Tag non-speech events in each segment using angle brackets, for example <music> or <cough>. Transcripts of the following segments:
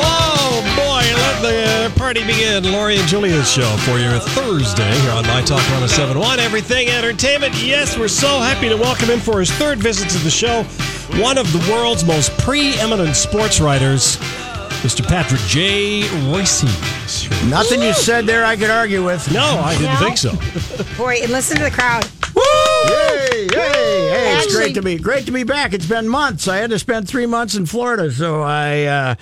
Oh boy, let the party begin. Lori and Julia's show for your Thursday here on My Talk 1071. Everything Entertainment. Yes, we're so happy to welcome him for his third visit to the show. One of the world's most preeminent sports writers, Mr. Patrick J. Royce. Nothing you said there I could argue with. No, I didn't No? think so. Boy, and listen to the crowd. Yay, yay, hey, it's Actually- great to be great to be back. It's been months. I had to spend three months in Florida, so I uh,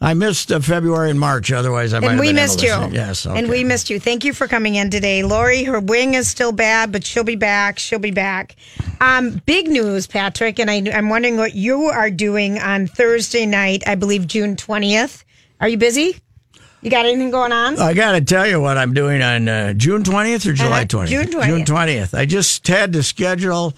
I missed uh, February and March. Otherwise, I might And have we been able missed to you. listen. Yes, okay. And we missed you. Thank you for coming in today. Lori, her wing is still bad, but she'll be back. She'll be back. Um, big news, Patrick, and I, I'm wondering what you are doing on Thursday night, I believe June 20th. Are you busy? You got anything going on? I got to tell you what I'm doing on uh, June 20th or July Uh-huh, 20th? June 20th. June 20th. I just had to schedule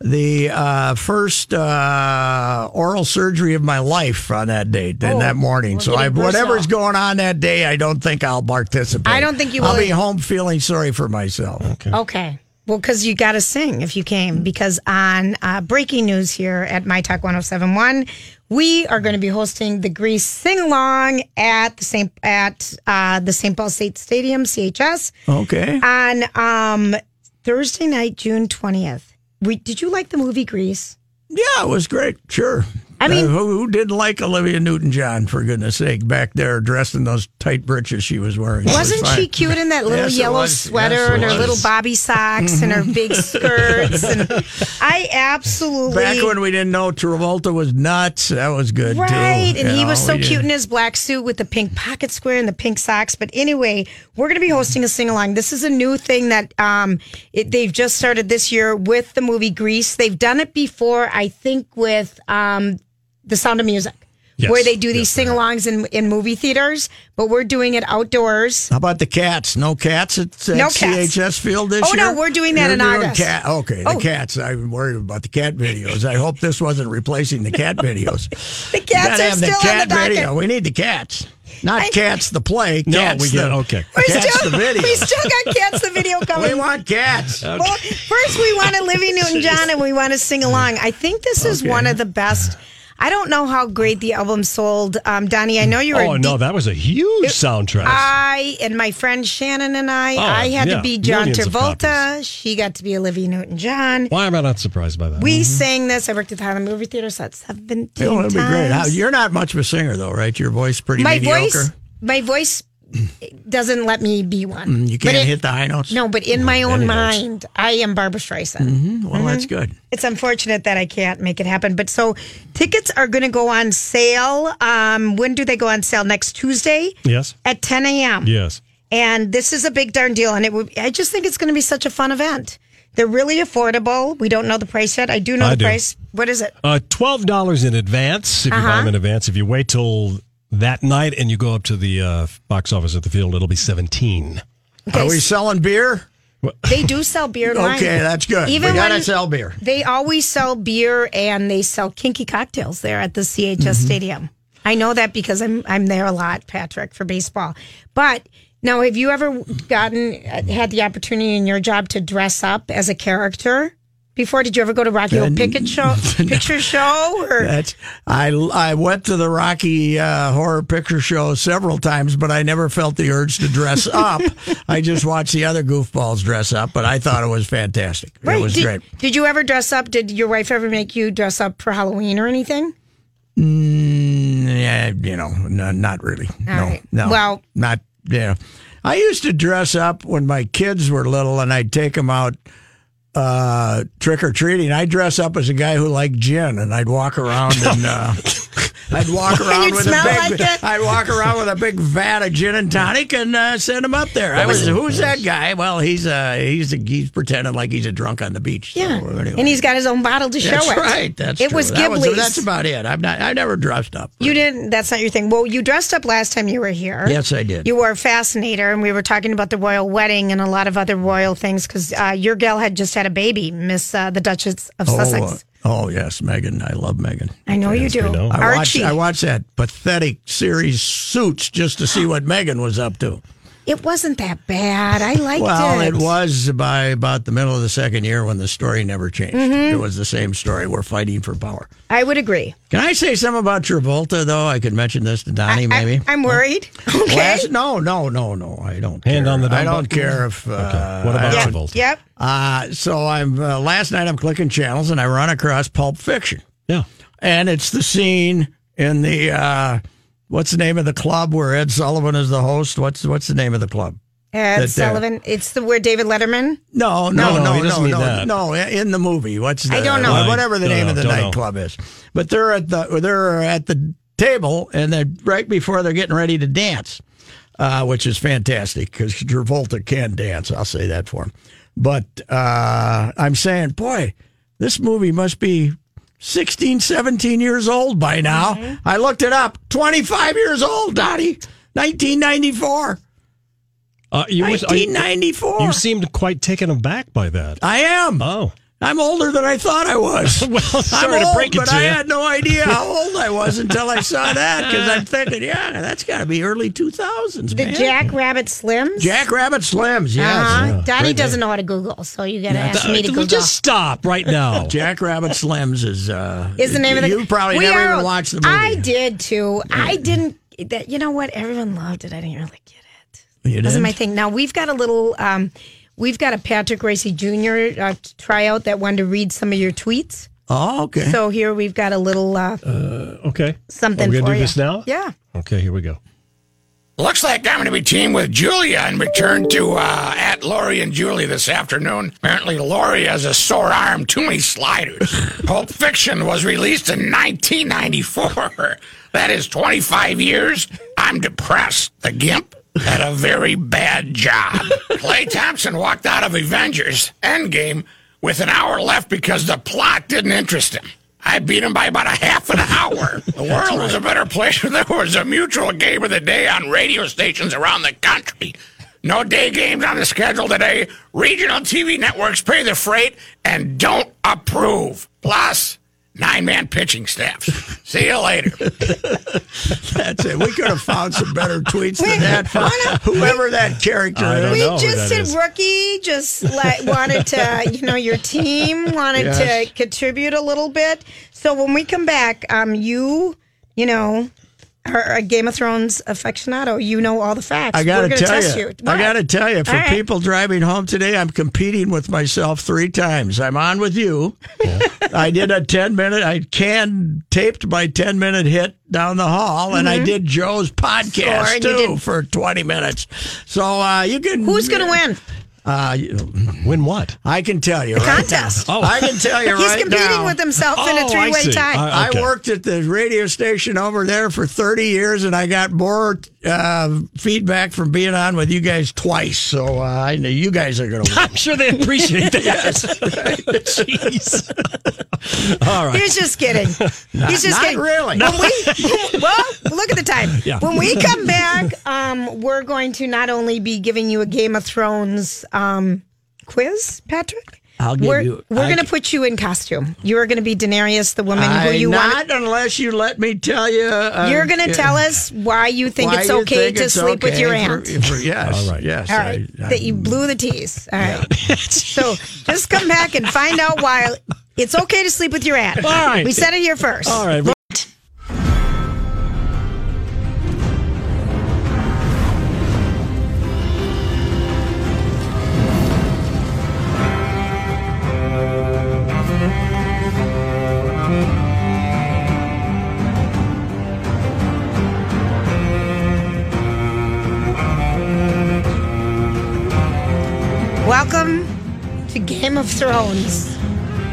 the uh, first uh, oral surgery of my life on that date Oh, and that morning. so I, getting whatever's personal. going on that day, I don't think I'll participate. I don't think you I'll will be either. home feeling sorry for myself. Okay. Well, because you got to sing if you came, because on uh, breaking news here at My Talk 1071, we are going to be hosting the Grease Sing Along at the St. at uh, the St. Paul State Stadium, CHS, Okay. on um, Thursday night, June 20th. We, did you like the movie Grease? Yeah, it was great. Sure. I mean- Uh, who, who didn't like Olivia Newton John, for goodness sake, back there dressed in those tight breeches she was wearing? It was Wasn't she fine. cute in that little Yes, it yellow was. sweater Yes, it and her was. little bobby socks and her <laughs> big skirts? And I absolutely Back when we didn't know Travolta was nuts, that was good too. Right, and you he know, was so we cute in didn't- his black suit with the pink pocket square and the pink socks. But anyway, we're going to be hosting a sing along. This is a new thing that um, it, they've just started this year with the movie Grease. They've done it before, I think, with um, The Sound of Music, Yes, where they do these yes, they sing alongs in, in movie theaters, but we're doing it outdoors. How about the cats? No cats at, at No cats. CHS Field this Oh, year. no, we're doing that You're in doing August. Cat, okay, the Oh. cats. I'm worried about the cat videos. I hope this wasn't replacing <laughs> the cat videos. The You cats gotta are have still the cat on the docket. video. We need the cats, not cats. The play. No, Cats we get- the, okay. We Cats still, the <laughs> video. we still got cats the video coming. <laughs> We want cats. Well, first we want to Livy Newton John and we want to sing along. I think this is one of the best. I don't know how great the album sold, um, Donnie. I know you were. Oh, no, deep- that was a huge soundtrack. I and my friend Shannon and I. Oh, I had yeah. to be John Millions of Travolta. copies. She got to be Olivia Newton John. Why am I not surprised by that? We sang this. I worked at the Highland Movie Theater, so that's seventeen It would times. Oh, be great. How, you're not much of a singer, though, right? Your voice pretty my mediocre. voice. My voice doesn't let me be one. Mm, You But can't it- hit the high notes. No, but in my own any notes. mind, I am Barbara Streisand. Well, that's mm-hmm. good. it's unfortunate that I can't make it happen. But so tickets are going to go on sale. Um, when do they go on sale? Next Tuesday yes. at 10 a.m. Yes. And this is a big darn deal. And it would, I just think it's going to be such a fun event. They're really affordable. We don't know the price yet. I do know I the do. price. What is it? Uh, twelve dollars in advance if you buy them in advance. If you wait till that night and you go up to the uh, box office at the field, it'll be seventeen. Okay, Are we selling beer? they do sell beer. Line. <laughs> Okay, that's good. Even we gotta when- sell beer. They always sell beer and they sell kinky cocktails there at the CHS Mm-hmm. Stadium. I know that because I'm I'm there a lot, Patrick, for baseball. But now, have uh, you ever gotten had the opportunity in your job to dress up as a character? before? Did you ever go to Rocky Old And- Picket <laughs> Show, Picture Show? Or That's I I went to the Rocky uh, Horror Picture Show several times, but I never felt the urge to <laughs> dress up. I just watched the other goofballs dress up, but I thought it was fantastic. Right, it was did, great. Did you ever dress up? Did your wife ever make you dress up for Halloween or anything? Yeah, you know, no, not really. no, right. no. Well- not yeah. I used to dress up when my kids were little, and I'd take them out uh, trick or treating. I'd dress up as a guy who liked gin, and I'd walk around <laughs> and. Uh, I'd walk around you'd with a smell big. like it. I'd walk around with a big vat of gin and tonic and uh, send him up there. I was, who's that guy? Well, he's uh, he's he's pretending like he's a drunk on the beach. So Yeah, anyway. and he's got his own bottle to that's show it. right. That's it true. was That Ghibli's. that's about it. I'm not. I never dressed up. You didn't. That's not your thing. Well, you dressed up last time you were here. Yes, I did. You wore a fascinator, and we were talking about the royal wedding and a lot of other royal things because uh, your gal had just had a baby, Miss uh, the Duchess of Sussex. Oh, uh, oh yes, Megan. I love Megan. I know you do. know. I Archie. watched, I watched that pathetic series Suits just to see what Megan was up to. it wasn't that bad. I liked Well, it. it was by about the middle of the second year when the story never changed. Mm-hmm. It was the same story. We're fighting for power. I would agree. Can I say something about Travolta though? I could mention this to Donnie, maybe. I, am worried. Okay. <laughs> Last- no, no, no, no. I don't. Hand care. on the dumb I don't button? care if. Uh, What about Yeah. Travolta? Yep. Uh, so I'm uh, last night. I'm clicking channels and I run across Pulp Fiction. Yeah. and it's the scene in the uh, what's the name of the club where Ed Sullivan is the host. What's what's the name of the club? Ed there. Sullivan. It's the where David Letterman. No, No, no, no, no, he no, doesn't no, mean no, that. In the movie, what's the, I don't know. Whatever the Don't name know, of the don't know. nightclub is, but they're at the they're at the table and they're right before they're getting ready to dance, uh, which is fantastic because Travolta can dance. I'll say that for him. But uh, I'm saying, boy, this movie must be 16, 17 years old by now. Mm-hmm. I looked it up. 25 years old, Dottie. 1994. Uh, you, was, are you, 1994. you seemed quite taken aback by that. I am. Oh. I'm older than I thought I was. <laughs> Well, sorry I'm to old, break it but to I you. had no <laughs> idea how old I was until I saw that because I'm thinking, yeah, that's got to be early 2000s, The man. Jack Rabbit Slims. Jack Rabbit Slims, yes. Uh-huh. Daddy doesn't know how to Google, so you gotta ask me to Uh, Google. just stop right now. <laughs> Jack Rabbit Slims is uh, is the name of the you probably We never are- even watched the movie. I did too. I didn't. That you know what? Everyone loved it. I didn't really get it. You Wasn't didn't? my thing. Now we've got a little. Um, we've got a Patrick Racy Jr. Uh, tryout that wanted to read some of your tweets. Oh, okay. So here we've got a little uh, Okay. something Are we for gonna do you. this now? Yeah. Okay, here we go. Looks like I'm going to be teamed with Julia and returned to uh, at Lori and Julie this afternoon. Apparently, Lori has a sore arm, too many sliders. Pulp Fiction was released in 1994. That is 25 years. I'm depressed. The Gimp had a very bad job. Clay Thompson walked out of Avengers Endgame with an hour left because the plot didn't interest him. I beat him by about a half an <laughs> hour. The world was a better place if there was a mutual game of the day on radio stations around the country. No day games on the schedule today. Regional TV networks pay the freight and don't approve. Plus, nine man pitching staffs. See you later. <laughs> That's it. We could have found some better tweets <laughs> than that. For whoever that character I don't is. We know who just that said is. rookie just like wanted to, you know, your team wanted Yes. to contribute a little bit. So when we come back, um, you, you know, are a Game of Thrones aficionado. You know all the facts. I gotta We're gonna tell test you, I What? gotta tell you, for All right. people driving home today, I'm competing with myself three times. I'm on with you. I did a ten minute. I can taped my ten minute hit down the hall, and I did Joe's podcast Score, and Mm-hmm. you too did- for twenty minutes. So uh, you can. Who's gonna win? Uh, you- Win what? I can tell you. Right Contest. now. I can tell you He's right competing now. with himself in Oh, I a three-way see. tie. I- Okay. <laughs> I worked at the radio station over there for 30 years, and I got more uh, feedback from being on with you guys twice. So uh, I know you <laughs> guys are going to win. I'm sure they appreciate <laughs> that. Jeez. All right. He's just kidding. He's just not kidding. really. When we, <laughs> well, look at the <laughs> time. Yeah. When we come back, um, we're going to not only be giving you a Game of Thrones um, quiz, Patrick, I'll give We're, you. we're I- going to put you in costume. You are going to be Daenerys, the woman who I- you not want. unless you let me tell you. uh, You're going to yeah, tell us why you think why it's you okay think to it's sleep with okay your for- aunt. for- yes. All right. Yes. All right, I- I- that you blew the tease. All right, <laughs> so just come back and find out why it's okay to sleep with your aunt. All right. we said it here first. All right. Welcome to Game of Thrones.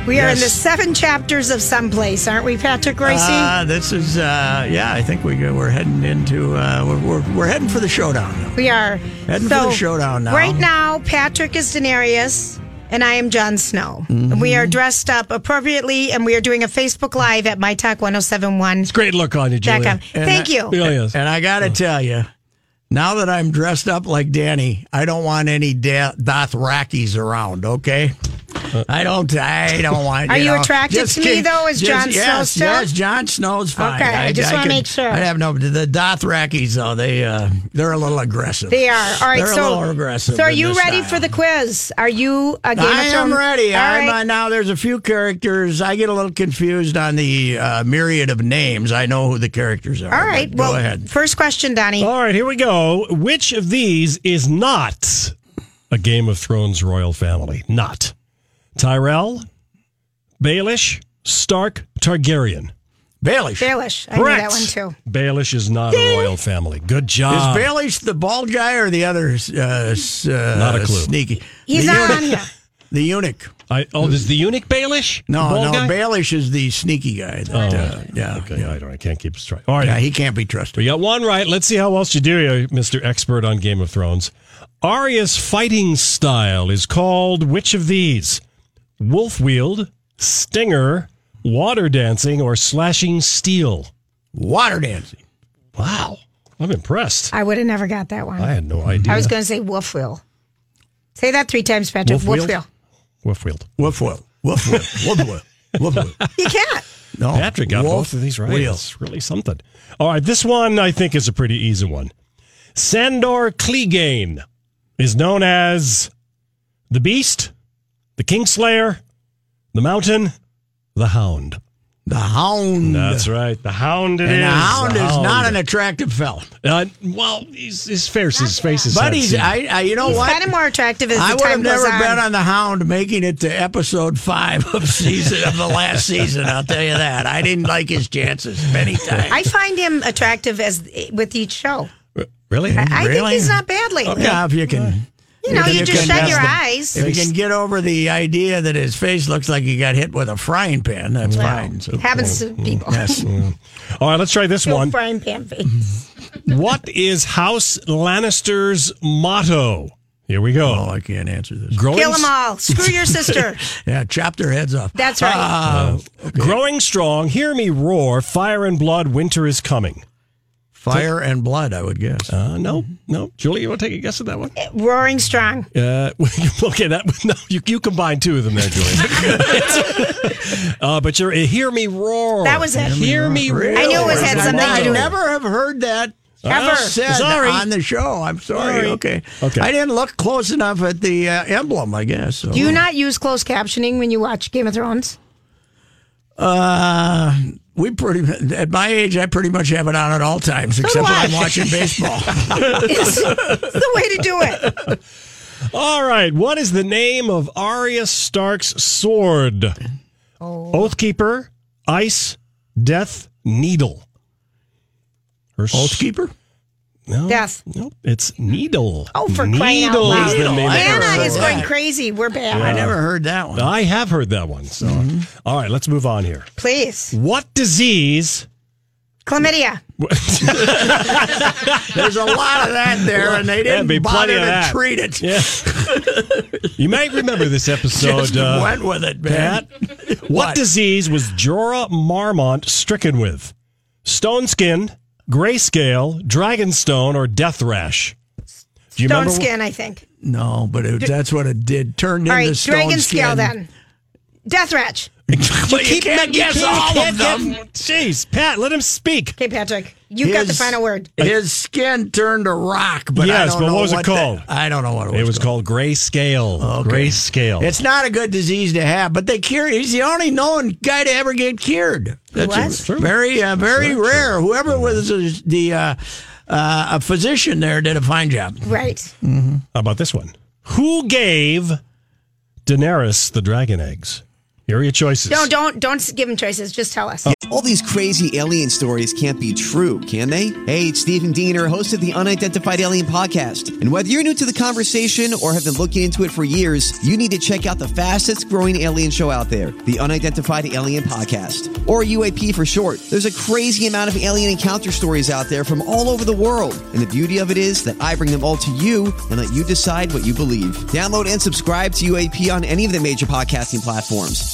We are in Yes. the seven chapters of someplace, aren't we, Patrick Royce? Uh, this is uh, yeah. I think we go, we're heading into uh, we're, we're we're heading for the showdown. we are. Heading for the showdown now. Right now, Patrick is Daenerys. And I am Jon Snow. And We Mm-hmm. are dressed up appropriately, and we are doing a Facebook Live at MyTalk1071.com. Great look on you, Julia. uh, And Thank I- you. Really is. And I gotta tell you, now that I'm dressed up like Danny, I don't want any da- Dothrakis around. Okay. I don't. I don't want. Are you know, attracted just to me, kid- though? Is Jon Snow yes, still? Yes, John Snow's fine. Okay, I just wanna could- make sure. I have no. The Dothrakis, though, they uh, they're a little aggressive. They are. All right, They're a so, little aggressive so are in you this ready style. for the quiz? Are you a Game I of am Thrones- ready. All I'm right. uh, now. There's a few characters. I get a little confused on the uh, myriad of names. I know who the characters are. All right. but Well, go ahead. Oh. first question, Donnie. All right, here we go. Which of these is not a Game of Thrones royal family? Not Tyrell, Baelish, Stark, Targaryen. Baelish. Baelish. I Correct. knew that one too. Baelish is not a royal family. Good job. Is Baelish the bald guy or the other? Uh, s- uh, Not a clue. Sneaky. He's the not eunuch. on <laughs> here. The eunuch. I, oh, is the eunuch Baelish? No, The bald guy? no. Baelish is the sneaky guy. that, uh, yeah. Oh, Okay, I don't. I can't keep straight. All right, Yeah. He can't be we trusted. got one right. Let's see how else you do, here, Mister Expert on Game of Thrones. Arya's fighting style is called which of these? Wolf wield, stinger, water dancing, or slashing steel? Water dancing. Wow, I'm impressed. I would have never got that one. I I, had no idea. was going to say wolf wheel. Say that three times, Patrick. Wolf Wolf wheel? <laughs> wheel. Wolf wield. Woof woof. Woof woof. Woof woof. Woof woof. You can't. No. Patrick got Wolf both of these right. wheel. It's really something. All right, this one I think is a pretty easy one. Sandor Clegane is known as the Beast, the Kingslayer, the Mountain, the Hound. The hound. That's right, the Hound it is. and the hound The is not an Hound. attractive fella. Uh, well, he's, his face, his face is. But he's, handsome. I, I, you know what? Kind of more attractive as I the would have time goes never on. bet on the Hound making it to episode five of season of the last season. I'll tell you that. I didn't like his chances many times. I find him attractive as with each show. really. I think Really? he's not bad lately. yeah, if you can, You know, if you you just can shut ask your them. eyes. if you can get over the idea that his face looks like he got hit with a frying pan, that's fine. So, Happens to people. All right, let's try this Bill one. Brian Pan face. What is House Lannister's motto? Here we oh, go. I can't answer this. Growing Kill them all. Screw your <laughs> sister. Yeah, chop their heads off. That's right. Uh, Growing strong, hear me roar, fire and blood, winter is coming. fire and blood, I would guess. Uh, no, no. Julie, you want to take a guess at that one? Roaring strong. Uh, <laughs> okay, that no, you, you combined two of them there, <laughs> Julie. <laughs> uh, but you're uh, hear me roar. That was it. Hear me roar. I knew it was had is the something I to do with it. never have heard that uh, Ever. said Sorry. on the show. I'm sorry. Sorry. Okay. Okay. I didn't look close enough at the uh, emblem. I guess. So. Do you not use closed captioning when you watch Game of Thrones? <laughs> Uh, we pretty at my age, I pretty much have it on at all times, except when I. I'm watching baseball. <laughs> It's, it's the way to do it. All right. What is the name of Arya Stark's sword? Oh. Oathkeeper, Ice, Death, Needle. Her s- Oathkeeper. No, Death. Nope. It's Needle. Oh, for Needle crying out Is loud. the name of I her never Anna heard is that. going crazy. We're bad. I never heard that one. I have heard that one. So, All right, let's move on here. Please. What disease? Chlamydia. There's a lot of that there, and they There'd didn't be plenty of bother to that. treat it. Yeah. <laughs> you might remember this episode. <laughs> Just uh, went with it, man. Pat. What, disease was Jorah Marmont stricken with? Stone skin, grayscale, dragonstone, or death rash? Do you Stone remember? skin, I think. No, but it, that's what it did. Turned All into right, stone dragon scale skin. then. Death Ratch. <laughs> well, you can't guess all of them. Jeez, Pat, let him speak. Okay, Patrick, you've got the His- final word. His skin turned to rock, but I Yes, don't but know what was it the- called? I don't know what it was. It was called grayscale. Okay. Grayscale. It's not a good disease to have, but they cure. He's the only known guy to ever get cured. That's was? true. very, uh, very rare. Whoever was uh, the uh, uh, a physician there did a fine job. Right. How about this one? Who gave Daenerys the dragon eggs? Here are your choices. No, don't don't give him choices. Just tell Oh. us. All these crazy alien stories can't be true, can they? Hey, it's Stephen Diener, host of the Unidentified Alien Podcast. And whether you're new to the conversation or have been looking into it for years, you need to check out the fastest growing alien show out there, the Unidentified Alien Podcast, or UAP for short. There's a crazy amount of alien encounter stories out there from all over the world. And the beauty of it is that I bring them all to you and let you decide what you believe. Download and subscribe to UAP on any of the major podcasting platforms.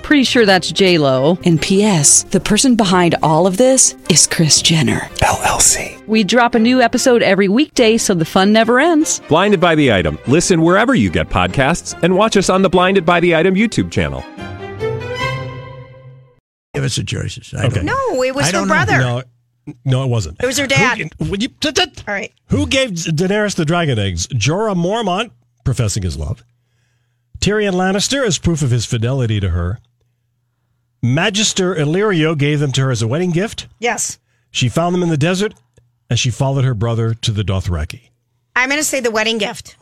Pretty sure that's J Lo. And P.S. The person behind all of this is Chris Jenner LLC. We drop a new episode every weekday, so the fun never ends. Blinded by the item. Listen wherever you get podcasts, and watch us on the Blinded by the Item YouTube channel. Give us the choices. I Okay. don't know. No, it was I her don't know. brother. No, no, it wasn't. It was her dad. Who, would you- tut, tut. All right. Who gave Daenerys the dragon eggs? Jorah Mormont, professing his love. Tyrion Lannister, as proof of his fidelity to her. Magister Illyrio gave them to her as a wedding gift. Yes. She found them in the desert as she followed her brother to the Dothraki. I'm going to say the wedding gift.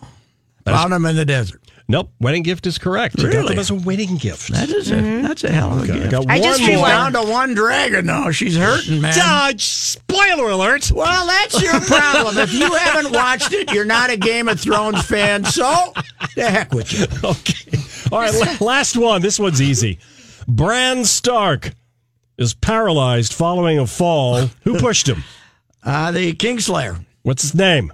Found him in the desert. Nope, wedding gift is correct. She got Really? them as a wedding gift. That is a, that's a hell of a I gift. got I just one She's more. realized- down to one dragon now. She's hurting, man. Dodge! Spoiler alert! Well, that's your problem. If you haven't watched it, you're not a Game of Thrones fan. So, the heck with you. <laughs> Okay. All right, la- <laughs> last one. This one's easy. Bran Stark is paralyzed following a fall. <laughs> Who pushed him? Uh, the Kingslayer. What's his name?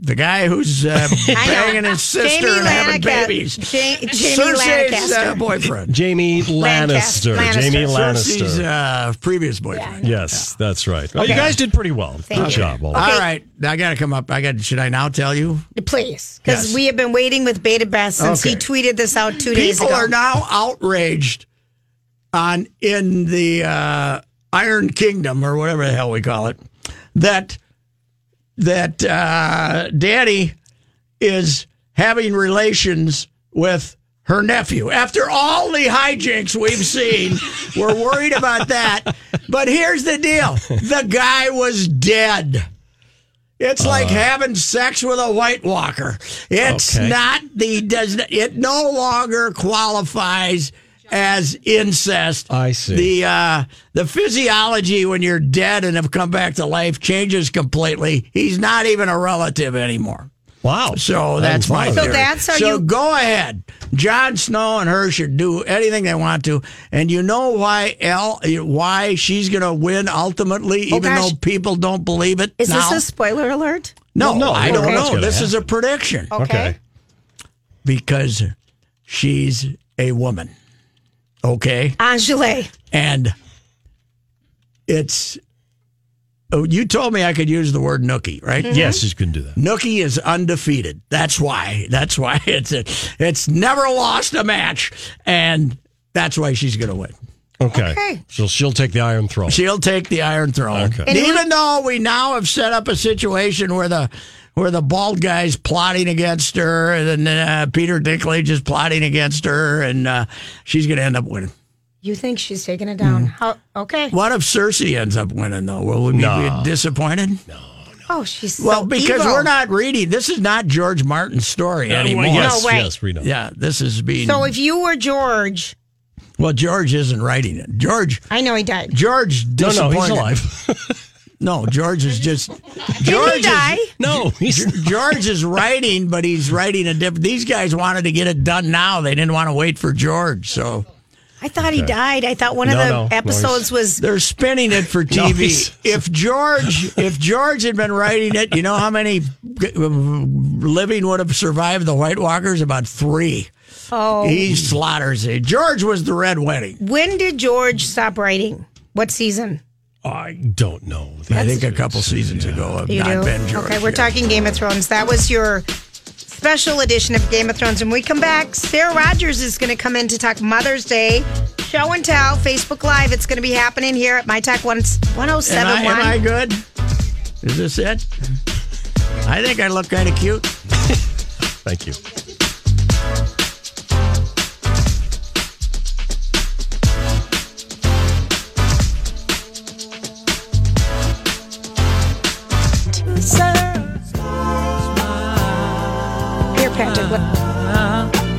The guy who's uh, <laughs> I know. banging his sister Jamie and having Lannica- babies. Ja- Jamie Cersei's uh, Lancaster. boyfriend. Jamie Lancaster. Lannister. Jamie <laughs> Lannister. Cersei's uh, previous boyfriend. yes, that's right. Well, you guys did pretty well. Good you. job. all All right, I got to come up. I got. Should I now tell you? Please. Because Yes. we have been waiting with bated breath since he Okay. tweeted this out two days People ago. are now outraged on in the uh, Iron Kingdom or whatever the hell we call it that that uh, Danny is having relations with her nephew. After all the hijinks we've seen, we're worried about that. But here's the deal: the guy was dead. It's Uh, like having sex with a White Walker. It's Okay. not the does it no longer qualifies as incest. I see. The uh, the physiology when you're dead and have come back to life changes completely. He's not even a relative anymore. Wow. So I that's didn't my follow theory. So that's how So you- go ahead. Jon Snow and her should do anything they want to, and you know why L why she's going to win ultimately, even Oh, gosh. though people don't believe it. Is now. this a spoiler alert? No, Well, no, I no, don't no, it's know. gonna This is a happen. prediction Okay. Okay. because she's a woman. Okay, Angele. and it's. Oh, you told me I could use the word nookie, right? Mm-hmm. Yes, you can do that. Nookie is undefeated. That's why. <laughs> That's why it's a, it's never lost a match, and that's why she's going to win. Okay. Okay. So she'll take the Iron Throne. She'll take the Iron Throne. Okay. And Even though we now have set up a situation where the where the bald guy's plotting against her, and then uh, Peter Dinklage is plotting against her, and uh, she's going to end up winning. You think she's taking it down? Mm-hmm. How? Okay. What if Cersei ends up winning though? Will we be No. disappointed? Oh, she's so Well, because evil. we're not reading. This is not George Martin's story Yeah, anymore. well, yes, No way. yes, we know. Yeah, this is being. So if you were George, Well, George isn't writing it. George, I know he died. George, No, no, disappointed. he's alive. <laughs> No, George is just Did George he is- die? no, he's George is writing, but he's writing a different. These guys wanted to get it done now. They didn't want to wait for George, so I thought he died. I thought one No, of the no, no, he's- episodes was They're spinning it <laughs> for he's- TV. if George, if George had been writing it, you know how many g- living would have survived the White Walkers? About three. oh. He slaughters it. George was the Red Wedding. When did George stop writing? What season? I don't know. I think a couple seasons ago. I've You not do. been George. okay, we're yet. talking Game of Thrones. That was your special edition of Game of Thrones. When we come back, Sarah Rogers is going to come in to talk Mother's Day show and tell Facebook Live. It's going to be happening here at My Talk 1071. Am I, am I good? Is this it? I think I look kind of cute. <laughs> Thank you. Here, Patrick. What,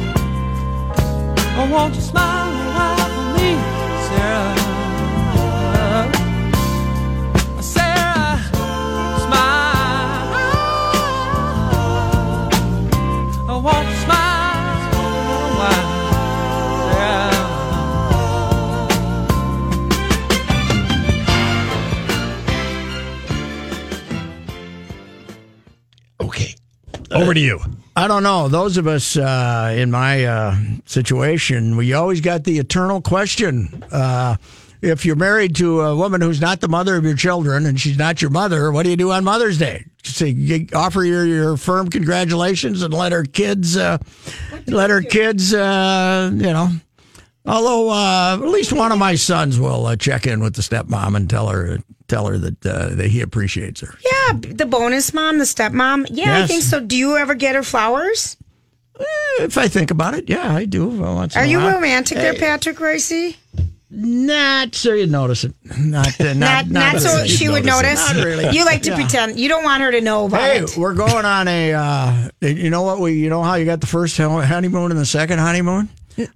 Okay. Over to you. I don't know. Those of us uh, in my uh, situation, we always got the eternal question. Uh, if you're married to a woman who's not the mother of your children and she's not your mother, what do you do on Mother's Day? Say, g- offer your, your firm congratulations and let her kids, uh, let her kids, uh, you know. Although uh, at least one of my sons will uh, check in with the stepmom and tell her tell her that uh, that he appreciates her. yeah, the bonus mom, the stepmom. Yeah, I Yes. think so. Do you ever get her flowers? Eh, If I think about it, yeah, I do. Once in Are a you while. romantic there, Patrick Ricey? Not so you'd notice it. Not, uh, Not, not, not, so really. she would notice. Not really. You like to Yeah. pretend. You don't want her to know about Hey, it. we're going on a. Uh, you know what? We you know how you got the first hon- honeymoon and the second honeymoon.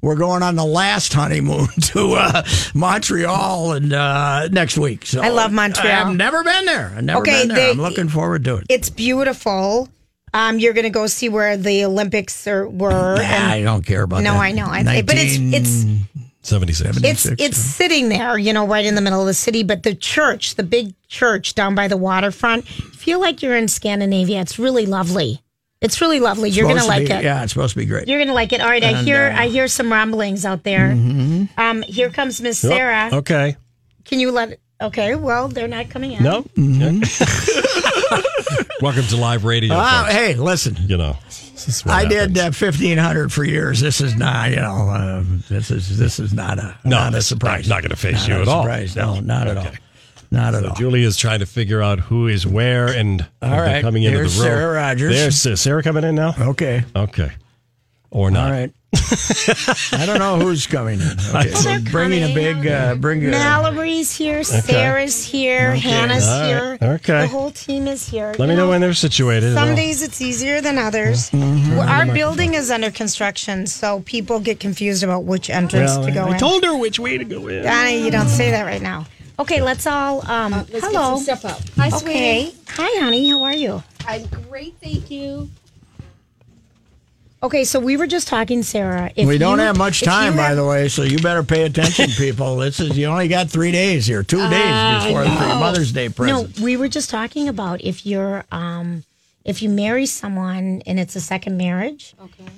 We're going on the last honeymoon <laughs> to uh, Montreal and uh, next week. So I love Montreal. I've never been there. I've never Okay, been there. they- I'm looking forward to it. It's beautiful. Um, you're going to go see where the Olympics are, were. Nah, I and- don't care about no, that. I know. I, but it's it's 76. it's it's sitting there, you know, right in the middle of the city. But the church, the big church down by the waterfront, you feel like you're in Scandinavia. It's really lovely. It's really lovely. you're going to like it. Yeah, it's supposed to be great. You're going to like it. All right, I And, hear uh, Mm-hmm. I hear some rumblings out there. Um, here comes Miss Sarah. Oh, okay. Can you let? Okay, well, they're not coming in. No. Mm-hmm. <laughs> Welcome to live radio. Wow, folks. Ah, Uh, hey, listen. You know, this is what I did happens. uh, fifteen hundred for years. This is not, you know, uh, this is this is not a No, not a it's surprise. not- not gonna phase Not you a at all. surprise. No, not at all. Not at all. Julia's trying to figure out who is where and uh, All right, coming into there's the room. Sarah Rogers. There's uh, Sarah coming in now. Okay. Okay. Or not. All right. I don't know who's coming <laughs> in. Okay. Well, they're bringing a coming. big uh, bring. A, Mallory's here, Sarah's here, Hannah's All here. right. Okay. The whole team is here. Let me know when they're situated. and Some I'll- days it's easier than others. Mm-hmm. Well, Our building is under construction, so people get confused about which entrance Well, to go I in. told her which way to go in. Donna, you don't say that right now. Okay, let's all. Uh, Um, hello. Hi, okay. Hi, honey. How are you? I'm great, thank you. Okay, so we were just talking, Sarah. If we don't you- have if much you time, by have- the way, so you better <laughs> pay attention, people. This is you only got three days here, two days before for your Mother's Day Uh, No, present. we were just talking about if you're um if you marry someone and it's a second marriage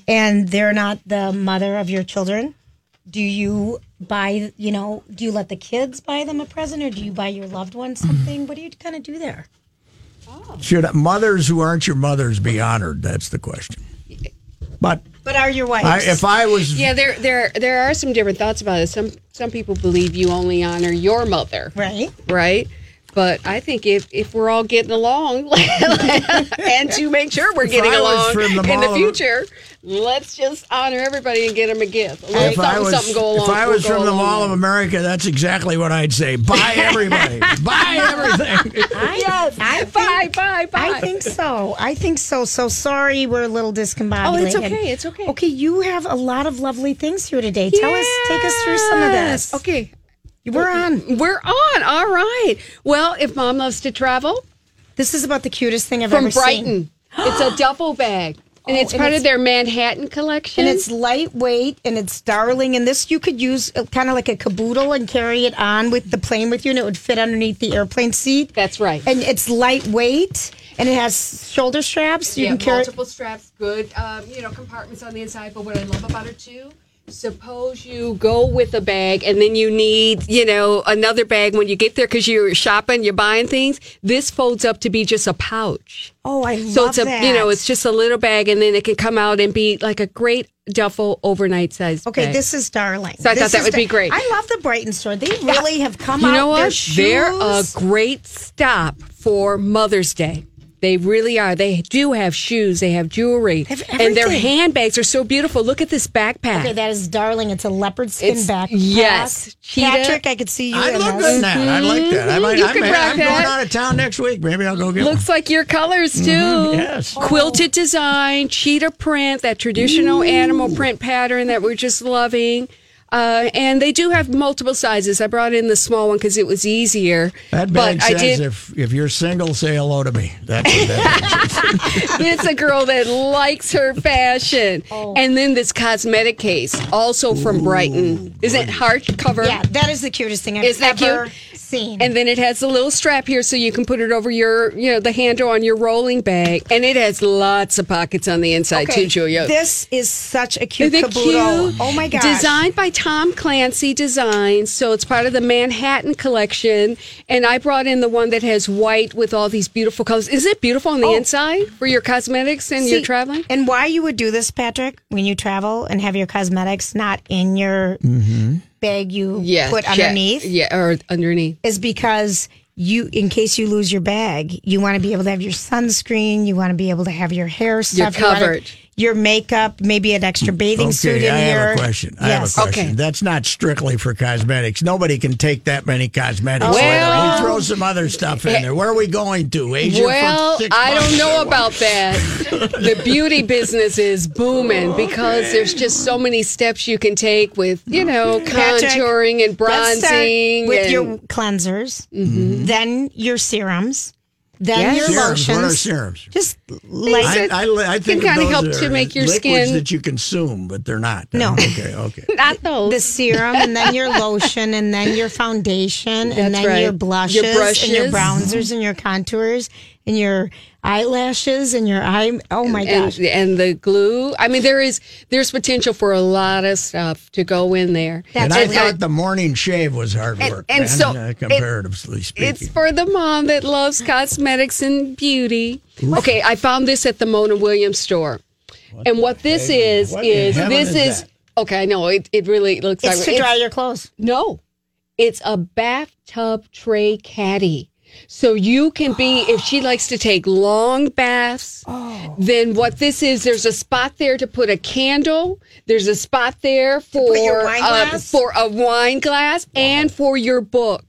and they're not the mother of your children, do you buy you know, do you let the kids buy them a present or do you buy your loved one something? what do you kind of do there? Should mothers who aren't your mothers be honored? That's the question. But But are your wives I, if I was Yeah, there there there are some different thoughts about it. Some some people believe you only honor your mother, right? right? But I think if if we're all getting along, <laughs> and to make sure we're getting I was along from the in the Mall- future, let's just honor everybody and get them a gift. A little If I something, was, something go along. if I will was go from the along Mall of with America, that's exactly what I'd say. Buy <laughs> everybody. Buy everything. I, yes. I it. Bye, bye, bye. I think so. I think so. So sorry, we're a little discombobulated. Oh, it's okay. It's okay. Okay, you have a lot of lovely things here today. Tell us, take us through some of this. Yes. Okay. We're on. We're on. All right. Well, if mom loves to travel, This is about the cutest thing I've from ever seen. <gasps> Oh, Brighton. It's a duffel bag. and it's and part it's- of their Manhattan collection. And it's lightweight and it's darling. And this you could use kind of like a caboodle and carry it on with the plane with you, and it would fit underneath the airplane seat. That's right. And it's lightweight and it has shoulder straps. You yeah, can carry multiple straps, good, um, you know, compartments on the inside. But what I love about it too, suppose you go with a bag and then you need, you know, another bag when you get there because you're shopping, you're buying things. This folds up to be just a pouch. Oh, I So love it's a, that. you know, it's just a little bag and then it can come out and be like a great duffel overnight size. Okay, bag. this is darling. So I This thought that is would dar- be great. I love the Brighton store. They really have come you out. know what? Their shoes. They're a great stop for Mother's Day. They really are. They do have shoes. They have jewelry, They have and their everything. handbags are so beautiful. Look at this backpack. Okay, that is darling. It's a leopard skin It's- backpack. yes, cheetah. Patrick, I could see you. I in look this. good in that. I like that. I might, mm-hmm. You I could may, rock I'm going that. out of town next week. Maybe I'll go get Looks like your colors too. Mm-hmm. yes. Oh. Quilted design, cheetah print, that traditional animal print pattern that we're just loving. Uh, and they do have multiple sizes. I brought in the small one because it was easier. one. That but bag I says did. if if you're single, say hello to me. That's <laughs> what that is. it's a girl that likes her fashion. Oh. And then this cosmetic case, also from Brighton. Is it hardcover? Yeah, that is the cutest thing I've Isn't that cute? ever seen. And then it has a little strap here so you can put it over your, you know, the handle on your rolling bag. And it has lots of pockets on the inside too, Julia. This is such a cute Isn't it caboodle. cute? Oh my gosh. Designed by Tom Clancy Designs, so it's part of the Manhattan collection. And I brought in the one that has white with all these beautiful colors. Is it beautiful on the inside for your cosmetics and your Oh. See, traveling? And why you would do this, Patrick, when you travel and have your cosmetics not in your Mm-hmm. bag you put underneath, Yeah, or underneath. is because you, in case you lose your bag, you want to be able to have your sunscreen, you want to be able to have your hair stuff, you wanna- covered. your makeup, maybe an extra bathing suit Okay, in I here. have a question. I have a Yes. question. Okay. That's not strictly for cosmetics. Nobody can take that many cosmetics. with Well- eh, them. we throw some other stuff in there. Where are we going to? Asia Well, for six I months don't or know what? about <laughs> that. the beauty business is booming because there's just so many steps you can take with, you know, Patrick, contouring and let's start bronzing. with and- Mm-hmm. your cleansers, then your serums, then Yes. your Serums. What are lotions. serums? Just like I, <laughs> I, I think Can of kinda those help that to are make your liquids skin- that you consume, but they're not. No. Okay. Okay. <laughs> not those. the serum and then your lotion and then your foundation That's and then right. Your your blushes, and your brushes. bronzers and your contours and your eyelashes and your eye oh my gosh. and, and the glue. I mean, there is there's potential for a lot of stuff to go in there. and I And- thought the morning shave was hard And- work, and man, so uh, it- comparatively speaking. It's for the mom that loves cosmetics and beauty. Okay, I found this at the Mona Williams store. and what this is what in is heaven this is is, that? okay, I know it, it really looks It's like to dry your clothes. No. It's a bathtub tray caddy. So you can be if she likes to take long baths, Oh. then what this is there's a spot there to put a candle, there's a spot there for your wine uh, glass? for a wine glass and for your book.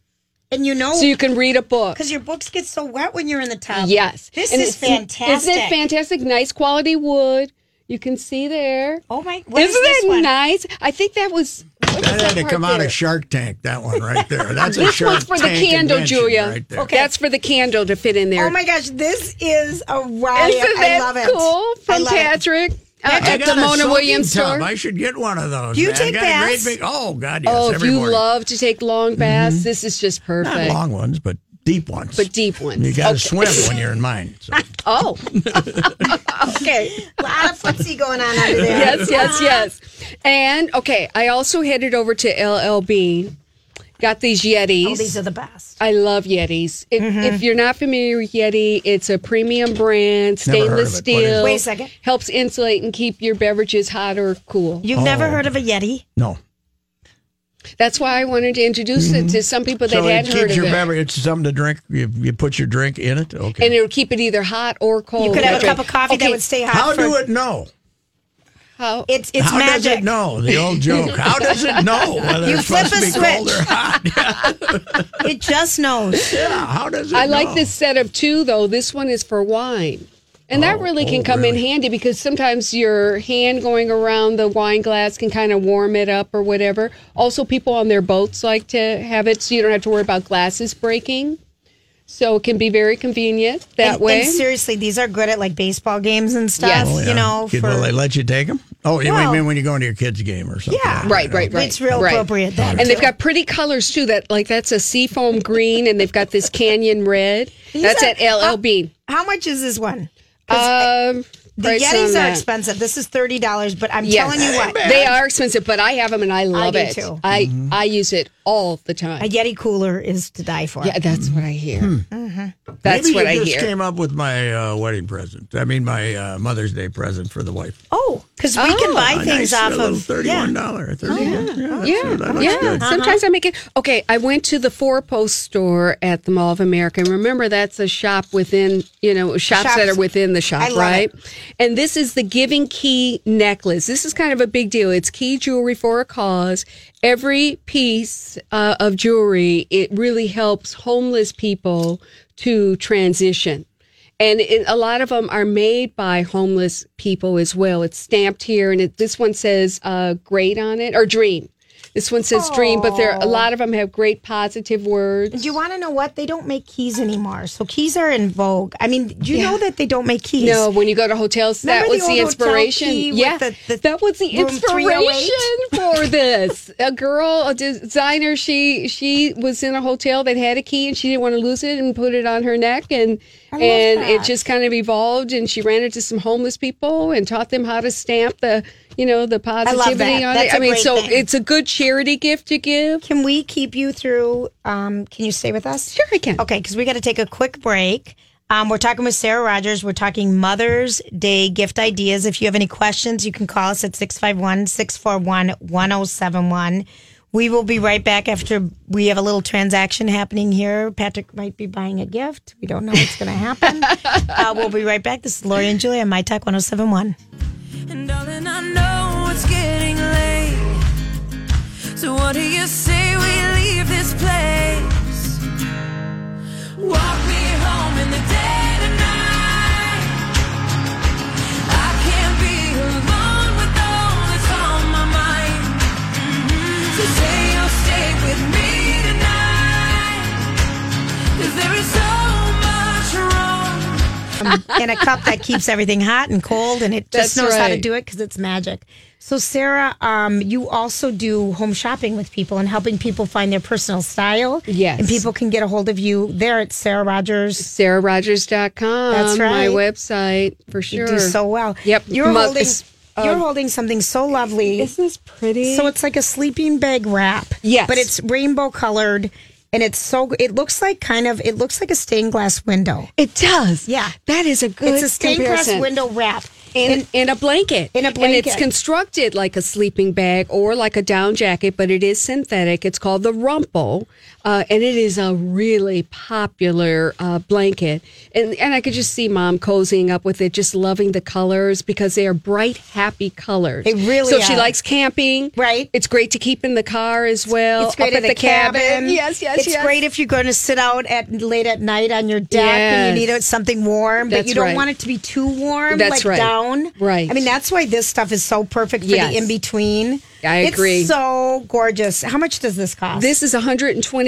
And you know So you can read a book. because your books get so wet when you're in the tub. Yes. Um, This And is it's- fantastic. Isn't it fantastic? Nice quality wood. You can see there. Oh my what is Isn't this that one? nice? I think that was. what was that had to part come out there? of Shark Tank. That one <laughs> right there. That's a This Shark one's for the Tank candle, invention Julia. Right there. Okay. That's for the candle to fit in there. Oh my gosh, this is a riot. Isn't I that love it. cool? I From love it. Patrick uh, I at got the a Mona soaking Williams tub. store. I should get one of those. You man. take I got a baths? great big. Oh God, yes. Oh, if every you morning. Mm-hmm. love to take long baths, this is just not perfect. long ones, but deep ones. But deep ones. You got to Okay. swim when you're in mine. <laughs> So. <laughs> Oh. Okay. A lot of footsie going on under there. yes, yes, yes. And okay, I also headed over to LL Bean. Got these Yetis. Oh, these are the best. Mm-hmm. I love Yetis. If, if you're not familiar with Yeti, it's a premium brand, stainless Never heard of it. What is it? steel. Wait a second. Helps insulate and keep your beverages hot or cool. You've never heard of a Yeti? No. That's why I wanted to introduce it to some people that Mm-hmm. So it hadn't heard keeps of your it. beverage. It's something to drink. You, you put your drink in it. Okay. and it would keep it either hot or cold. You could have a Okay. cup of coffee that Okay, would stay hot. How for, do it know? How, It's it's How magic. does it know? The old joke. How does it <laughs> know whether You it's flip supposed to a be cold switch. or hot? <laughs> It just knows. Yeah. How does it I like know? this set of two though. This one is for wine. And that really can oh, come in really? handy because sometimes your hand going around the wine glass can kind of warm it up or whatever. Also, people on their boats like to have it so you don't have to worry about glasses breaking. so it can be very convenient <laughs> that and, way. and seriously, these are good at like baseball games and stuff. Yes. Oh, You know, Kid, for will they let you take them? Oh, you Well- mean when you go into your kid's game or something? Yeah. Right, right, right. It's real right. appropriate that, And they've too. got pretty colors too. That like that's a seafoam green, and they've got this canyon red. These that's are- at LL Bean. how much is this one? Um, The price on Yetis are that. expensive. This is thirty dollars, but I'm Yes. telling you what, they are expensive, but I have them and I love do it. too. I Mm-hmm. I use it all the time. a Yeti cooler is to die for. yeah, that's what I hear. Uh-huh. That's Hmm. Maybe what you I just hear. came up with my uh, wedding present. I mean, my uh, Mother's Day present for the wife. Oh, because we can Oh. buy A things nice, uh, off little of Oh, thirty-one dollar. yeah, that's- Yeah, that looks yeah. good. Uh-huh. Sometimes I make it. Okay, I went to the four post store at the Mall of America. And remember, that's a shop within, you know, shops, that Shops. are within the shop, I love right? And this is the Giving Key necklace. This is kind of a big deal. It's key jewelry for a cause. Every piece uh, of jewelry, it really helps homeless people to transition. And it, a lot of them are made by homeless people as well. It's stamped here, and it, this one says uh, "Great" on it or "Dream." This one says "Dream," but there a lot of them have great positive words. Do you want to know what? They don't make keys anymore. So keys are in vogue. I mean, do you know that they don't make keys? no, when you go to hotels, that Remember was the the, old hotel inspiration. key with yeah, the- the that was the room 308? inspiration <laughs> for this. a girl, a designer, she she was in a hotel that had a key, and she didn't want to lose it, and put it on her neck, and I love and it that. just kind of evolved. And she ran into some homeless people and taught them how to stamp the you know the love positivity that. on That's it. a I mean, great so thing. it's a good charity gift to give. Can we keep you through? Um, can you stay with us? Sure, I can. Okay, because we got to take a quick break. Um, we're talking with Sarah Rogers. We're talking Mother's Day gift ideas. If you have any questions, you can call us at 651 641 1071. We will be right back after we have a little transaction happening here. Patrick might be buying a gift. We don't know what's going to <laughs> happen. uh, we'll be right back. This is Lori and Julia on My Talk 1071. And darling, I know it's getting late. So what do you say we leave this place? Walk me home in the dead of night. I can't be alone with all that's on my mind. Mhm. So say you'll stay with me tonight. 'Cause there is so much wrong. Um, in a cup that keeps everything hot and cold, and it just That's knows how to right. do it because it's magic. So, Sarah, um, you also do home shopping with people and helping people find their personal style. Yes. And people can get a hold of you there at Sarah Rogers. SarahRogers.com. That's right. My website for sure. You do so well. Yep. You're Mo- holding. it's, you're holding something so lovely. Isn't this pretty? So it's like a sleeping bag wrap. Yes. But it's rainbow colored and it's so it looks like kind of it looks like a stained glass window. It does. Yeah. That is a good it's a stained comparison. glass window wrap. And, and a blanket. In a And it's blanket. constructed like a sleeping bag or like a down jacket, but it is synthetic. It's called the Rumple. Uh, and it is a really popular uh, blanket. And, and I could just see mom cozying up with it, just loving the colors because they are bright, happy colors. They really So if she are. likes camping. Right. It's great to keep in the car as well. It's great up at the, cabin. Yes, yes, It's yes. great if you're going to sit out at late at night on your deck and you Yes. need something warm, but That's you don't right. want it to be too warm, like That's right. down. Right. I mean, that's why this stuff is so perfect for Yes. the in between. I agree. It's so gorgeous. How much does this cost? This is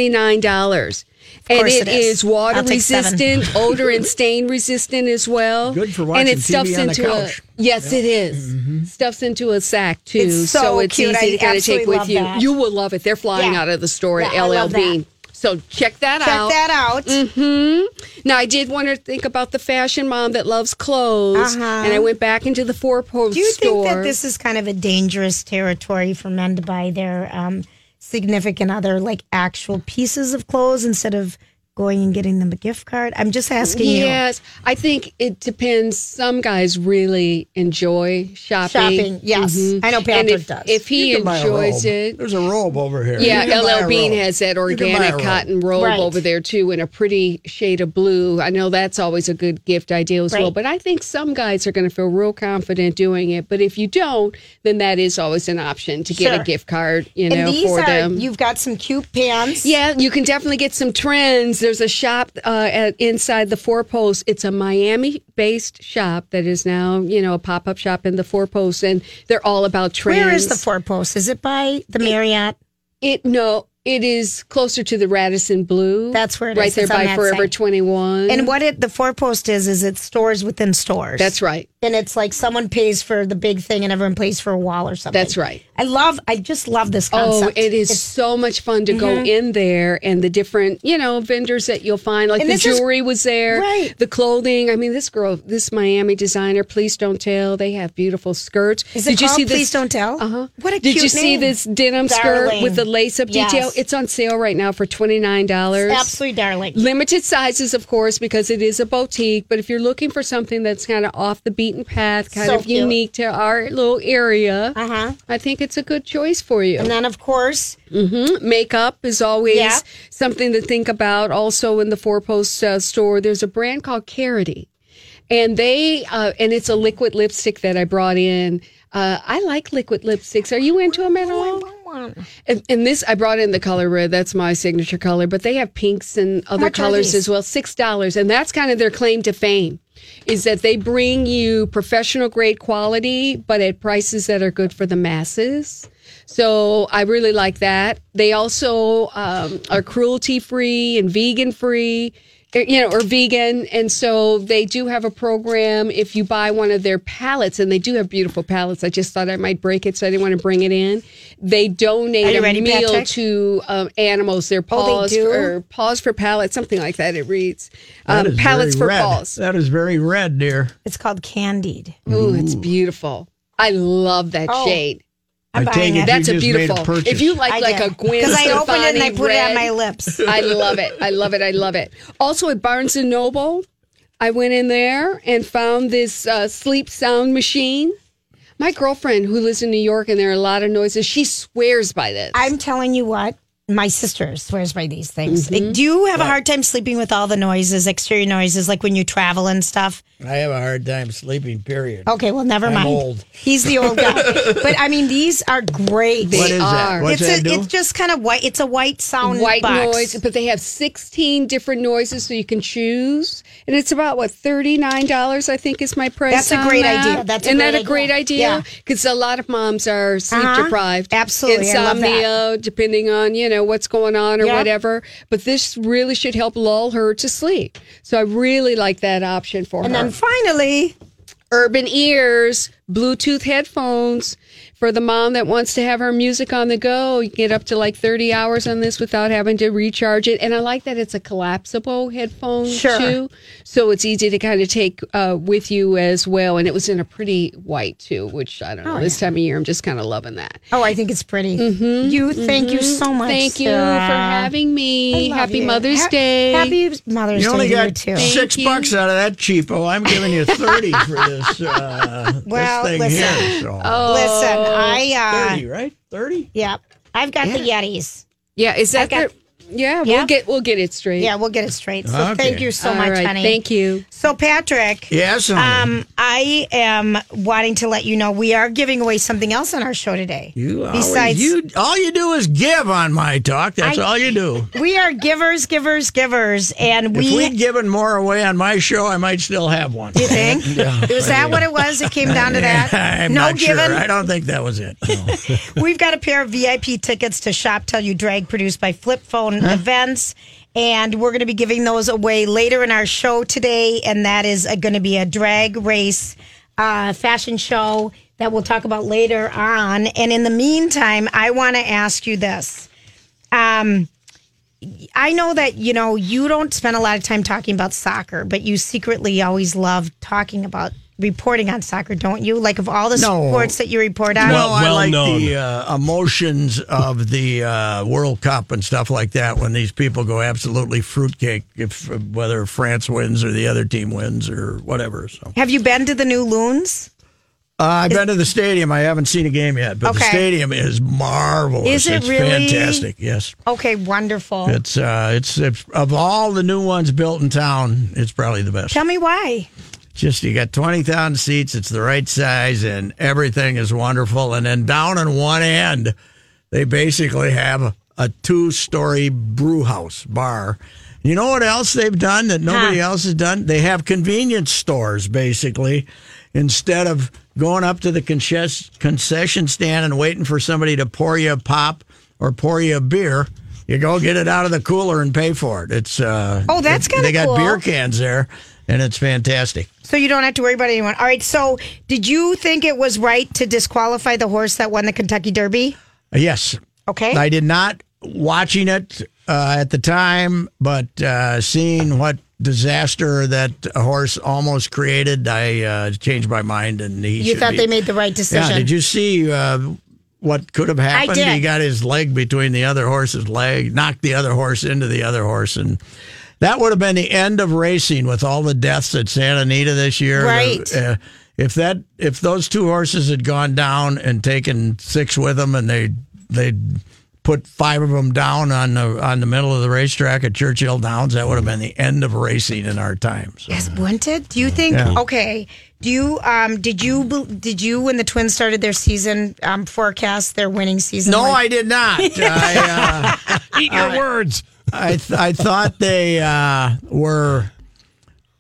$129. And course it it is. is water I'll take seven. <laughs> resistant, odor and stain resistant as well. Good for And watching it stuffs TV on the into couch. Mm-hmm. a yes, it is. Stuffs into a sack too, It's so it's cute. easy I to kind of take absolutely with love you. that. You will love it. They're flying Yeah. out of the store Yeah, I at LL love that. Bean. So check that Check out. Mm-hmm. that out. Mm, Now I did want to think about the fashion mom that loves clothes, Uh-huh. and I went back into the four post Do you store. think that this is kind of a dangerous territory for men to buy their um, significant other, like actual pieces of clothes instead of going and getting them a gift card? I'm just asking you. Yes, I think it depends. Some guys really enjoy shopping. Mm-hmm. Shopping, yes. I know And Patrick if, does. If he You can buy a enjoys robe. it, There's a robe over here. yeah, You can buy a LL Bean robe. has that You can buy a organic robe. cotton robe Right. over there too, in a pretty shade of blue. I know that's always a good gift idea as well. Right. But I think some guys are going to feel real confident doing it. But if you don't, then that is always an option to get Sure. a gift card, you know, and these for are them. you've got some cute pants. Yeah, you can definitely get some trends. There's a shop uh, at inside the Four Posts. It's a Miami-based shop that is now, you know, a pop-up shop in the Four Posts, and they're all about trends. Where is the four post? Is it by the Marriott? It no, It is closer to the Radisson Blue. That's where it is. right there It's on by that Forever side. 21. And what it the four post is is it stores within stores. Mm-hmm. That's right. And it's like someone pays for the big thing and everyone pays for a wall or something. That's right. I love I just love this concept. Oh, it is It's- so much fun to go Mhm. in there and the different, you know, vendors that you'll find. Like And the this is- jewelry was there, Right. the clothing. I mean, this girl, this Miami designer, please don't tell, they have beautiful skirts. Is it called Please Don't Tell? Uh huh. What a Did cute you see name. this Darling. denim skirt with the lace up Yes. detail? It's on sale right now for twenty nine dollars. absolutely darling. Limited sizes, of course, because it is a boutique. But if you're looking for something that's kind of off the beaten path, kind So of cute. unique to our little area, Uh-huh. I think it's a good choice for you. And then of course hmm Makeup is always Yeah. something to think about. Also, in the four post uh, store, there's a brand called Carity, and they uh, and it's a liquid lipstick that I brought in. Uh, I like liquid lipsticks. Are you into them at all? And, and this, I brought in the color red. That's my signature color, but they have pinks and other much are colors these? as well. Six dollars, and that's kind of their claim to fame, is that they bring you professional grade quality, but at prices that are good for the masses. So I really like that. They also um, are cruelty free and vegan free. er, You know, or vegan. And so they do have a program if you buy one of their palettes, and they do have beautiful palettes. I just thought I might break it, so I didn't want to bring it in. They Are donate you a ready, meal Patrick? to um, animals, their Oh, they paws, do? or paws for pallets, something like that. It reads That um, is pallets very for red. paws. That is very red, dear. it's called Candied. Ooh, it's beautiful. I love that Oh, shade. I buying take it. it. That's a you just made beautiful. purchase. if you like I like did. a Gwen Because I opened it and I Stefani put it on red, my lips. I love it. I love it. I love it. Also at Barnes and Noble, I went in there and found this uh, sleep sound machine. My girlfriend who lives in New York and there are a lot of noises, she swears by this. I'm telling you what, my sister swears by these things. Do you have a hard time sleeping with all the noises, exterior noises, like when you travel and stuff? I have a hard time sleeping. Period. Okay, well, never I'm mind. old. <laughs> He's the old guy. but I mean, these are great. They What is that? are. What's it's that a, do? it's just kind of white. It's a white sound white box. noise, but they have 16 different noises so you can choose. And it's about what $39 I think is my price. That's a on great that. idea. That's a Isn't great that a great idea. idea? Because a lot of moms are sleep Uh-huh. deprived. Absolutely. I love that. Insomnia, depending on, you know, what's going on or Yeah. whatever. But this really should help lull her to sleep. So I really like that option for And her. then finally, Urban Ears Bluetooth headphones for the mom that wants to have her music on the go. You get up to like 30 hours on this without having to recharge it. And I like that it's a collapsible headphone Sure. too. So it's easy to kind of take uh, with you as well. And it was in a pretty white too, which I don't know. This time of year, I'm just kind of loving that. oh, I think it's pretty. You, Mm-hmm. thank you so much. Thank you Sarah. for having me. I love Happy you. Mother's Ha- Day. Happy Mother's You Day only to got you too. six you. bucks out of that cheapo. I'm giving you <laughs> thirty for this. Uh, Well, this thing listen. here. So. Listen, I uh, thirty, right? Thirty. yep, I've got the Yetis. yeah, is that got- the- yeah, Yeah. we'll get we'll get it straight. Yeah, we'll get it straight. So Okay. thank you so All much, right, honey. Thank you. So Patrick, Yes. honey. um, I am wanting to let you know we are giving away something else on our show today. you always, besides- you all you do is give on my talk. That's I- all you do. We are givers, givers, givers, and we. if we'd <laughs> given more away on my show, I might still have one. you think? Was that what it was? It came down to that. <laughs> I'm no not given. sure. I don't think that was <laughs> it. <laughs> No. We've got a pair of VIP tickets to Shop Tell You Drag produced by Flip Phone Events. And we're going to be giving those away later in our show today. And that is going to be a drag race uh, fashion show that we'll talk about later on. And in the meantime, I want to ask you this. Um, I know that, you know, you don't spend a lot of time talking about soccer, but you secretly always love talking about reporting on soccer, don't you? Like, of all the No. sports that you report on. Well, I well like known. the uh, emotions of the uh, World Cup and stuff like that when these people go absolutely fruitcake, if whether France wins or the other team wins or whatever. So Have you been to the new loons? uh, I've been to the stadium. I haven't seen a game yet, but the Okay. stadium is marvelous. Is it it's really? fantastic? Yes, Okay, wonderful. it's, uh, it's it's of all the new ones built in town, it's probably the best. Tell me why. Just you got twenty thousand seats. It's the right size, and everything is wonderful. And then down in one end, they basically have a two-story brew house bar. You know what else they've done that nobody else has done? They have convenience stores basically instead of going up to the concess- concession stand and waiting for somebody to pour you a pop or pour you a beer. You go get it out of the cooler and pay for it. It's uh, Oh, that's it- kinda They got cool. beer cans there, and it's fantastic. So you don't have to worry about anyone. All right. So did you think it was right to disqualify the horse that won the Kentucky Derby? Uh, Yes. Okay. I did not watching it uh, at the time, but uh, seeing what disaster that a horse almost created, I uh, changed my mind. And he You should thought be- they made the right decision. Yeah. Did you see uh, what could have happened? did. He got his leg between the other horse's leg, knocked the other horse into the other horse, and. That would have been the end of racing with all the deaths at Santa Anita this year. Right. Uh, if that if those two horses had gone down and taken six with them, and they they put five of them down on the on the middle of the racetrack at Churchill Downs, that would have been the end of racing in our times. Yes, wouldn't it? Do you think? Yeah. Okay. Do you? Um. Did you? bel- Did you when the Twins started their season um, forecast their winning season? No, I <laughs> did not. I, uh, Eat your words. I th- I thought they uh, were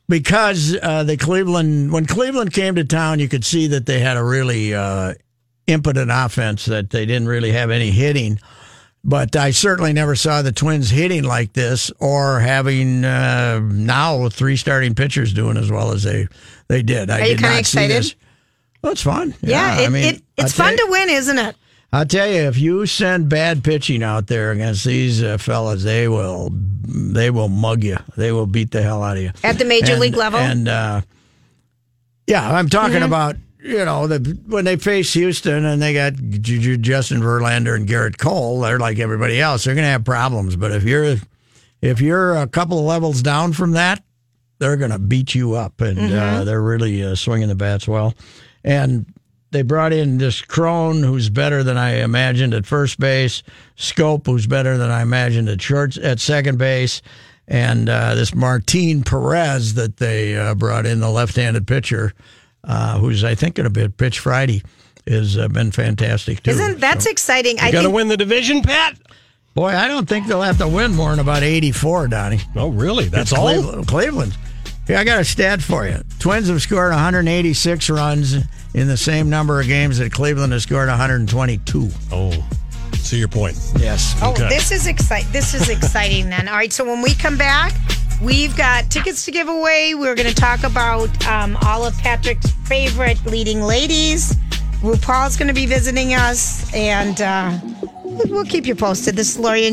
because uh, the Cleveland when Cleveland came to town, you could see that they had a really uh, impotent offense that they didn't really have any hitting. But I certainly never saw the Twins hitting like this or having uh, now three starting pitchers doing as well as they they did. I Are you did kinda not see excited? this. Well, it's fun. Yeah. I it, mean, it, I'll it's tell fun you- to win, isn't it? I tell you, if you send bad pitching out there against these uh, fellas, they will they will mug you. They will beat the hell out of you At the major And- league level? Mm-hmm. And uh, yeah, I'm talking about you know the, when they face Houston and they got Juju, Justin Verlander and Garrett Cole. They're like everybody else. They're going to have problems. But if you're if you're a couple of levels down from that, they're going to beat you up, and uh, they're really uh, swinging the bats well. And they brought in this Crone, who's better than I imagined at first base, Scope, who's better than I imagined at short at second base, and uh, this Martin Perez that they uh, brought in, the left-handed pitcher, uh, who's I think going to pitch Friday, has uh, been fantastic too. Isn't that's exciting? I You gotta think. Win the division, Pat? Boy, I don't think they'll have to win more than about 84, Donnie. Oh, really? That's all? Cleveland. Cleveland. Here, I got a stat for you. Twins have scored 186 runs in the same number of games that Cleveland has scored 122. Oh, see your point. Yes. Oh, this is exciting. This is exciting. Then. All right. So when we come back, we've got tickets to give away. We're going to talk about um, all of Patrick's favorite leading ladies. RuPaul's going to be visiting us, and uh, we'll we'll keep you posted. This is Lori and.